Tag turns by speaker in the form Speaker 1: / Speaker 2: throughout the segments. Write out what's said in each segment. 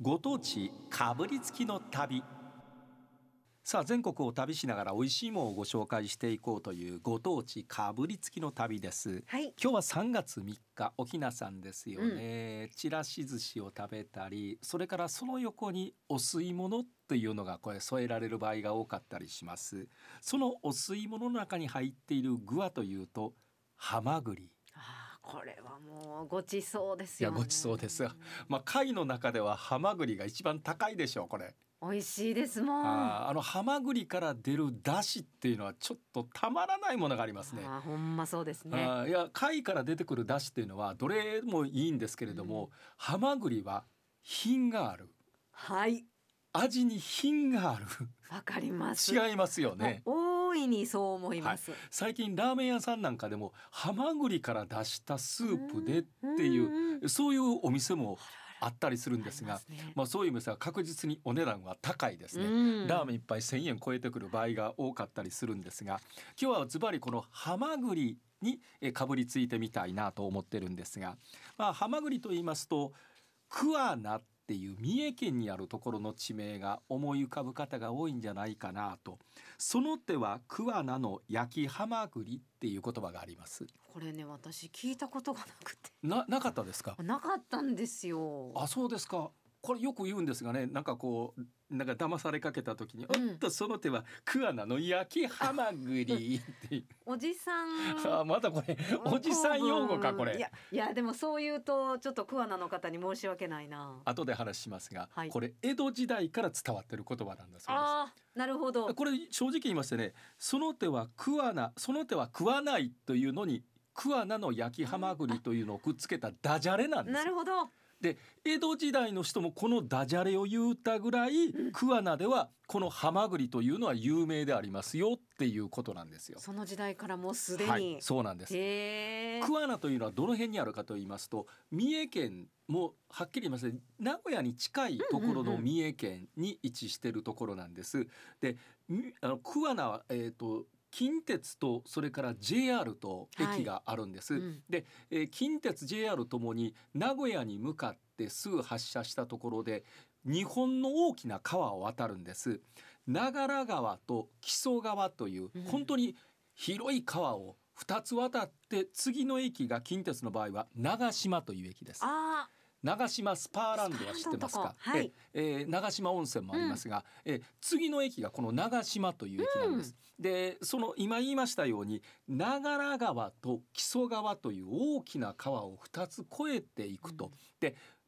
Speaker 1: ご当地かぶりつきの旅さあ全国を旅しながら美味しいものをご紹介していこうというご当地かぶりつきの旅です
Speaker 2: はい。
Speaker 1: 今日は3月3日沖縄さんですよね、ちらし寿司を食べたりそれからその横にお吸い物というのがこれ添えられる場合が多かったりしますそのお吸い物の中に入っている具はというとハマグリ
Speaker 2: ああ、これはもうごちそうです
Speaker 1: いや
Speaker 2: よ、ね。
Speaker 1: ごちそうですよまあ貝の中ではハマグリが一番高いでしょうこれ
Speaker 2: 美味しいですもん。
Speaker 1: あーあのハマグリから出る出汁っていうのはちょっとたまらないものがありますね。
Speaker 2: あーほんまそうですね。
Speaker 1: あーいや貝から出てくる出汁っていうのはどれもいいんですけれども、
Speaker 2: うん
Speaker 1: ハマグリは品がある
Speaker 2: はい。
Speaker 1: 味に品があ る
Speaker 2: わかります。
Speaker 1: 違いますよね。
Speaker 2: もう大いにそう思います。
Speaker 1: 最近ラーメン屋さんなんかでもハマグリから出したスープでって
Speaker 2: ん
Speaker 1: い
Speaker 2: んん
Speaker 1: うそういうお店もあ
Speaker 2: あ
Speaker 1: ったりする
Speaker 2: る
Speaker 1: んですが、
Speaker 2: りますね
Speaker 1: まあ、そういうお店は確実にお値段は高いですね。
Speaker 2: うん
Speaker 1: ラーメン一杯1000円超えてくる場合が多かったりするんですが今日はズバリこのハマグリにえーかぶりついてみたいなと思ってるんですが、まあ、ハマグリと言いますと桑名っていう三重県にあるところの地名が思い浮かぶ方が多いんじゃないかなとその手は桑名の焼きハマグリっていう言葉があります
Speaker 2: これね、私聞いたことがなくて。
Speaker 1: ななかったですか
Speaker 2: なかったんですよ。
Speaker 1: あそうですかこれよく言うんですがねなんかこうなんか騙されかけた時に「
Speaker 2: うん
Speaker 1: おっとその手は桑名の焼きハマグリ」っていう
Speaker 2: おじさん。
Speaker 1: あまたこれ おじさん用語かこ
Speaker 2: い
Speaker 1: れ
Speaker 2: や、いや、でも、そう言うと、ちょっと桑名の方に申し訳ないな。
Speaker 1: 後で話しますが、
Speaker 2: はい
Speaker 1: これ江戸時代から伝わってる言葉なんだそうです。
Speaker 2: ああ、なるほど。
Speaker 1: これ正直言いましてねその手は桑名その手は食わないというのに桑名の焼きハマグリというのをくっつけたダジャレなんです
Speaker 2: なるほど。
Speaker 1: 江戸時代の人もこのダジャレを言うたぐらい桑名ではこのハマグリというのは有名でありますよっていうことなんですよ。
Speaker 2: その時代からもうすでに。
Speaker 1: はい、そうなんです。
Speaker 2: へえ。
Speaker 1: 桑名というのはどの辺にあるかと言いますと三重県もはっきり言いますね名古屋に近いところ
Speaker 2: うんうん
Speaker 1: の
Speaker 2: うん
Speaker 1: 三重県に位置しているところなんです。でみあの桑名は、えー、と近鉄とそれから JR と駅があるんです。
Speaker 2: うん
Speaker 1: えー近鉄 JR ともに名古屋に向かってすぐ発車したところで日本の大きな川を渡るんです長良川と木曽川という
Speaker 2: うん
Speaker 1: 本当に広い川を2つ渡って次の駅が近鉄の場合は長島という駅です
Speaker 2: あ
Speaker 1: 長島スパーランドは知ってますか
Speaker 2: スパーランドのとこはい
Speaker 1: ええー長島温泉もありますが、えー次の駅がこの長島という駅なんです、でその今言いましたように長良川と木曽川という大きな川を2つ越えてい
Speaker 2: あ。
Speaker 1: くと、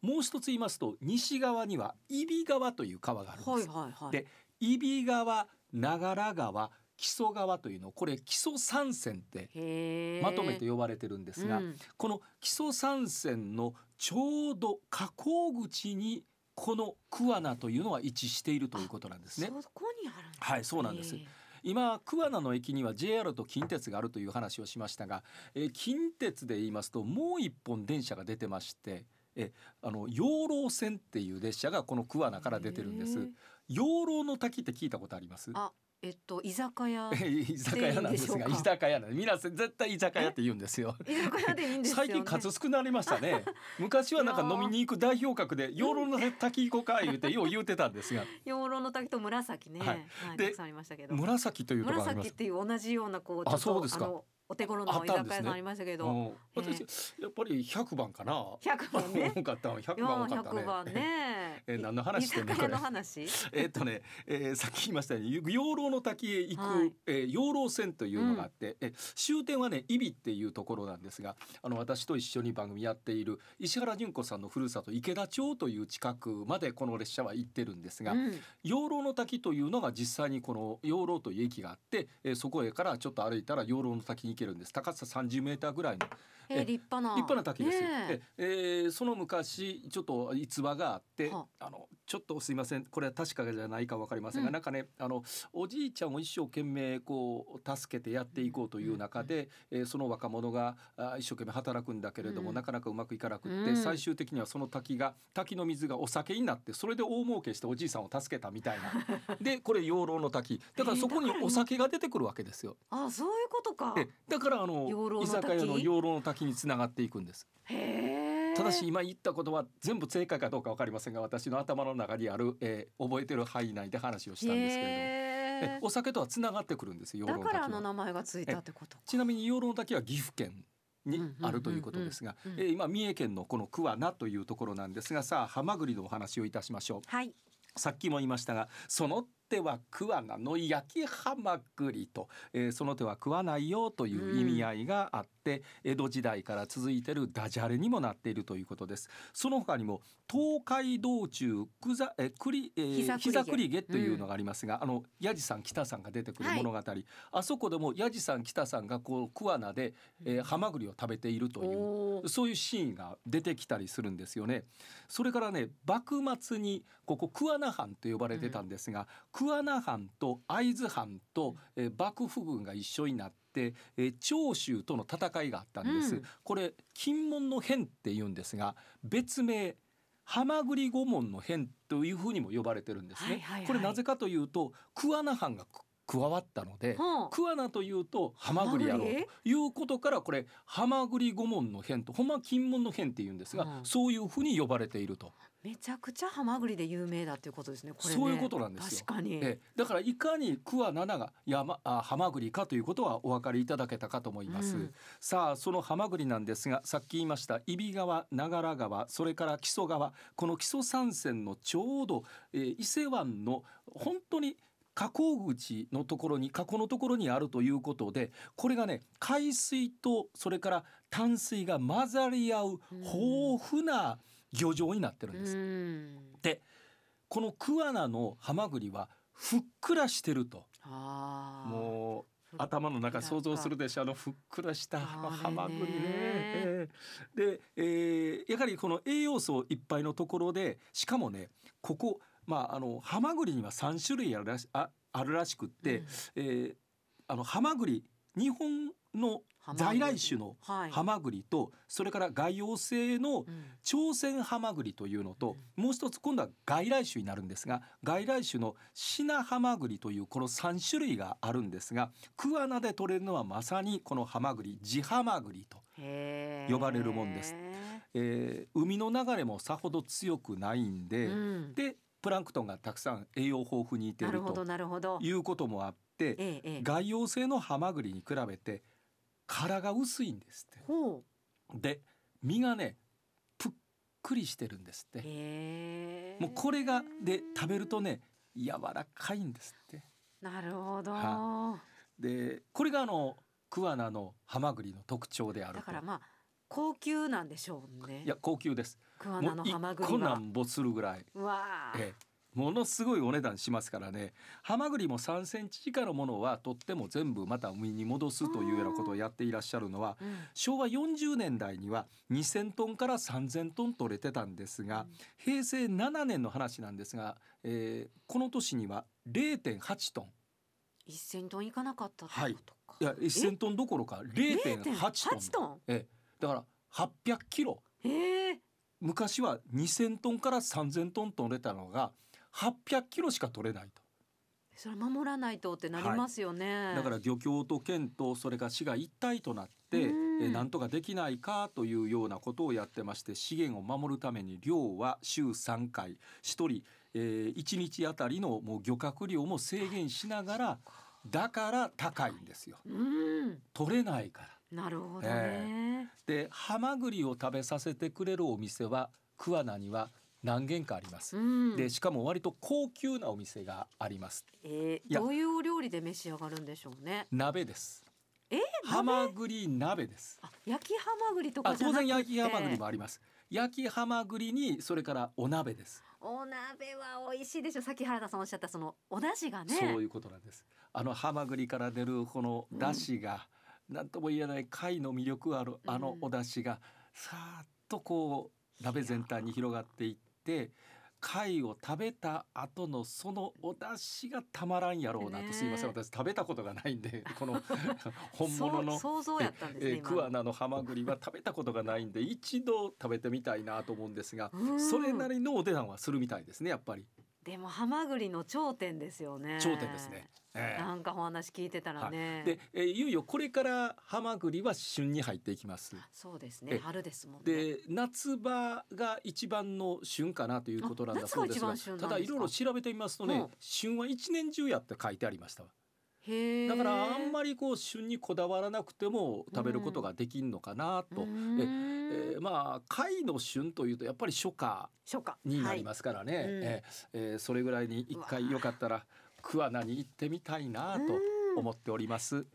Speaker 1: もう一つ言いますと西側には揖斐川という川があるんです、
Speaker 2: はいはいはい。
Speaker 1: で揖斐川長良川木曽川というのをこれ木曽三線って
Speaker 2: へえ。
Speaker 1: まとめて
Speaker 2: で
Speaker 1: 呼ばれてるんですが、この木曽三線のちょうど河口口にこの桑名というのは位置しているということなんですね。
Speaker 2: そこにあるんだ。
Speaker 1: はいそうなんです
Speaker 2: へえ
Speaker 1: 今桑名の駅には JR と近鉄があるという話をしましたが、えー近鉄で言いますともう一本電車が出てましてえあの養老線っていう列車がこの桑名から出てるんで
Speaker 2: へ
Speaker 1: す
Speaker 2: え
Speaker 1: 養老の滝って聞いたことあります。
Speaker 2: あえっと居酒屋
Speaker 1: 居酒屋なんです
Speaker 2: でい
Speaker 1: が
Speaker 2: いんでしょうか
Speaker 1: 居酒屋なんで皆さん絶対居酒屋って言うんですよ
Speaker 2: 居酒屋でいいんですよね。
Speaker 1: 最近数少なりました ね昔はなんか飲みに行く代表格で養老の滝行こうか言うてよう言うてたんですが
Speaker 2: 養老の滝と紫ね。
Speaker 1: は
Speaker 2: はいい。
Speaker 1: で
Speaker 2: た くさんありましたけど。
Speaker 1: 紫というところがありま
Speaker 2: 紫っ
Speaker 1: す
Speaker 2: ていう同じようなこう
Speaker 1: あ
Speaker 2: ちょっと
Speaker 1: そうですか
Speaker 2: のお手頃
Speaker 1: あ
Speaker 2: の
Speaker 1: っ
Speaker 2: 居
Speaker 1: たん
Speaker 2: 酒
Speaker 1: ですね
Speaker 2: 屋さんありましたけ
Speaker 1: う
Speaker 2: ど。
Speaker 1: ん私
Speaker 2: え
Speaker 1: やっぱり100番かな
Speaker 2: 百番 ね。
Speaker 1: 多かった100
Speaker 2: 四
Speaker 1: 番多かったね
Speaker 2: 百番ね。
Speaker 1: え何の話
Speaker 2: 居
Speaker 1: してん
Speaker 2: 酒
Speaker 1: のこ
Speaker 2: 屋
Speaker 1: れ
Speaker 2: の話。
Speaker 1: えっとね、えーさっき言いましたように養老の滝へ行く、
Speaker 2: はい
Speaker 1: えー養老線というのがあって、え終点はね伊比っていうところなんですがあの私と一緒に番組やっている石原純子さんのふるさと池田町という近くまでこの列車は行ってるんですが、
Speaker 2: うん
Speaker 1: 養老の滝というのが実際にこの養老という駅があって、えーそこへからちょっと歩いたら養老の滝に行けるんです高さ30メーターぐらいの
Speaker 2: へ
Speaker 1: え
Speaker 2: え立派な。
Speaker 1: 立派な滝ですよ。
Speaker 2: ねえ
Speaker 1: ええーその昔ちょっと逸話があって
Speaker 2: は
Speaker 1: あのちょっとすいませんこれは確かじゃないか分かりませんが、
Speaker 2: うん
Speaker 1: なんかねあのおじいちゃんを一生懸命こう助けてやっていこうという中で、えーその若者があ一生懸命働くんだけれども、
Speaker 2: うん
Speaker 1: なかなかうまくいかなくって、
Speaker 2: うん
Speaker 1: 最終的にはその滝が滝の水がお酒になってそれで大儲けしておじいさんを助けたみたい なでこれ養老の滝だからそこにお酒が出てくるわけですよ。
Speaker 2: あそういうことか。
Speaker 1: えだからあの
Speaker 2: 養老の
Speaker 1: 居
Speaker 2: 滝
Speaker 1: 酒屋の養老の滝につながっていくんです。
Speaker 2: へえ。え
Speaker 1: ただし今言ったことは全部正解かどうか分かりませんが私の頭の中にある、えー覚えてる範囲内で話をしたんですけれどもえ
Speaker 2: へー
Speaker 1: お酒とはつながってくるんです養老
Speaker 2: だ
Speaker 1: 滝
Speaker 2: からあの
Speaker 1: は
Speaker 2: 名前がついたってことか
Speaker 1: ちなみに養老滝は岐阜県に
Speaker 2: うんうんうんうん
Speaker 1: あるということですが、
Speaker 2: うん
Speaker 1: えー今三重県のこの桑名というところなんですがさあハマグリのお話をいたしましょう
Speaker 2: はい
Speaker 1: さっきも言いましたがその手は食わなの焼きハマグリと、えーその手は食わないよという意味合いがあって、江戸時代から続いているダジャレにもなっているということですその他にも東海道中くざえーくり、えー、
Speaker 2: 膝
Speaker 1: 膝
Speaker 2: 栗毛
Speaker 1: 栗毛というのがありますが、あのヤジさん北さんが出てくる物語、あそこでもヤジさん北さんがこう桑名で、えーハマグリを食べているという
Speaker 2: おー
Speaker 1: そういうシーンが出てきたりするんですよね。それからね幕末にここ桑名藩と呼ばれてたんですが、桑名藩と会津藩と、えー幕府軍が一緒になって、えー長州との戦いがあったんです。
Speaker 2: うん
Speaker 1: これ金門の変って言うんですが別名ハマグリ御門の変というふうにも呼ばれてるんですね。
Speaker 2: はいはいはい
Speaker 1: これなぜかというと桑名藩がく加わったので、
Speaker 2: ほう
Speaker 1: 桑名というとハマグリやろう
Speaker 2: ハマグ
Speaker 1: ということからこれハマグリ御門の変とほんまは金門の変っていうんですが、
Speaker 2: うん
Speaker 1: そういうふうに呼ばれていると、
Speaker 2: めちゃくちゃハマグリで有名だっていうことですねこれね
Speaker 1: そういうことなんですよ。
Speaker 2: 確かに、
Speaker 1: ええだからいかに桑名が山あハマグリかということはお分かりいただけたかと思います。
Speaker 2: うん
Speaker 1: さあそのハマグリなんですがさっき言いました揖斐川長良川それから木曽川この木曽三川のちょうど、えー伊勢湾の本当に河口口のところに河口のところにあるということでこれがね海水とそれから淡水が混ざり合う豊富な漁場になってるんです。
Speaker 2: うん
Speaker 1: この桑名のハマグリはふっくらしてると
Speaker 2: あー
Speaker 1: もう
Speaker 2: ふっ
Speaker 1: 頭の中想像する
Speaker 2: ふっ
Speaker 1: でしょあのふっくらしたあの
Speaker 2: あれね
Speaker 1: ハマグリね。ええで、えーやはりこの栄養素いっぱいのところでしかもねここまああのハマグリには3種類あるらしああるらしくっ
Speaker 2: くら
Speaker 1: て、えーあのハマグリ日本の
Speaker 2: うん
Speaker 1: 在来種の
Speaker 2: ハマグリはい
Speaker 1: ハマグリと、それから外洋性の
Speaker 2: うん
Speaker 1: 朝鮮ハマグリというのと、もう一つ今度は外来種になるんですが外来種のシナハマグリというこの3種類があるんですが桑名で取れるのはまさにこのハマグリ地ハマグリと、
Speaker 2: へー
Speaker 1: 呼ばれるもんですえー海の流れもさほど強くないんで、
Speaker 2: うん
Speaker 1: でプランクトンがたくさん栄養豊富にいてい
Speaker 2: なる
Speaker 1: る
Speaker 2: ほど
Speaker 1: と
Speaker 2: なるほど
Speaker 1: いうこともあって
Speaker 2: ええええ
Speaker 1: 外洋性のハマグリに比べて殻が薄いんですって。
Speaker 2: ほう
Speaker 1: で身がねぷっくりしてるんですって。
Speaker 2: へー
Speaker 1: もうこれがで食べるとね柔らかいんですって
Speaker 2: なるほど
Speaker 1: はでこれがあの桑名のハマグリの特徴である
Speaker 2: だ
Speaker 1: と
Speaker 2: からまあ高級なんでしょうね
Speaker 1: いや高級です
Speaker 2: 桑
Speaker 1: も
Speaker 2: 名
Speaker 1: う
Speaker 2: のハマ
Speaker 1: 1
Speaker 2: グ
Speaker 1: 個
Speaker 2: リ
Speaker 1: な
Speaker 2: は
Speaker 1: んぼするぐらい、
Speaker 2: うわあ
Speaker 1: ええものすごいお値段しますからねハマグリも3センチ以下のものはとっても全部また海に戻すというようなことをやっていらっしゃるのは
Speaker 2: うん
Speaker 1: 昭和40年代には2,000トンから3,000トン取れてたんですが、平成7年の話なんですが、えーこの年には0.8トン
Speaker 2: 1000トンいかなかったってことか
Speaker 1: いや1000トンどころか0.8
Speaker 2: 0.8
Speaker 1: トン
Speaker 2: トン
Speaker 1: ええだから800キロ
Speaker 2: ええ
Speaker 1: 昔は2000トンから3000トン取れたのが800キロしか取れないと
Speaker 2: それ守らないとってなりますよね、
Speaker 1: だから漁協と県とそれから市が一体となって
Speaker 2: うん
Speaker 1: えなんとかできないかというようなことをやってまして資源を守るために漁は週3回1人、え1日あたりのもう漁獲量も制限しながらだから高いんですよ
Speaker 2: うん
Speaker 1: 取れないから。
Speaker 2: なるほどね、
Speaker 1: でハマグリを食べさせてくれるお店は桑名には何軒かあります。
Speaker 2: うん
Speaker 1: でしかも割と高級なお店があります。
Speaker 2: えー、
Speaker 1: や
Speaker 2: どういうお料理で召し上がるんでしょうね
Speaker 1: 鍋です。
Speaker 2: えー
Speaker 1: ハマグリ鍋です。
Speaker 2: あ焼きハマグリと
Speaker 1: あ
Speaker 2: かじゃ
Speaker 1: 当
Speaker 2: なく
Speaker 1: 然
Speaker 2: て
Speaker 1: 焼きハマグリもあります。焼きハマグリにそれからお鍋です。
Speaker 2: お鍋は美味しいでしょさっき原田さんおっしゃったそのお出汁がね
Speaker 1: そういうことなんです。あのハマグリから出るこの出汁が、なんとも言えない貝の魅力あるあのお出汁がさーっとこう鍋全体に広がっていって。貝を食べた後のそのお出汁がたまらんやろうなと、
Speaker 2: ねえ
Speaker 1: すいません私食べたことがないん でこの本物の
Speaker 2: そう想像やったんですね
Speaker 1: えー
Speaker 2: 今
Speaker 1: 桑名のハマグリは食べたことがないんで一度食べてみたいなと思うんですが
Speaker 2: うん
Speaker 1: それなりのお値段はするみたいですねやっぱり
Speaker 2: でもハマグリの頂点ですよね。
Speaker 1: 頂点ですね。。ええ
Speaker 2: なんかお話聞いてたらね。
Speaker 1: で、えーいよいよこれからハマグリは旬に入っていきます。
Speaker 2: そうです
Speaker 1: え
Speaker 2: ね。春ですもんね。
Speaker 1: で夏場が一番の旬かなということなんだ
Speaker 2: あ
Speaker 1: そうです
Speaker 2: 夏が
Speaker 1: が
Speaker 2: 一番旬なんで
Speaker 1: た
Speaker 2: すか
Speaker 1: だいろいろ調べてみますとね、
Speaker 2: うん
Speaker 1: 旬は一年中やって書いてありましたわ
Speaker 2: へえ。
Speaker 1: だからあんま
Speaker 2: り
Speaker 1: りこう旬にこだわらなくても食べることができんのかなと、え
Speaker 2: え
Speaker 1: ーまあ貝の旬というとやっぱり初夏
Speaker 2: 初夏
Speaker 1: になり
Speaker 2: は
Speaker 1: ますからね、
Speaker 2: いうん
Speaker 1: えーえーそれぐらいに一回よかったら桑名に行ってみたいないと
Speaker 2: うん
Speaker 1: 思っております。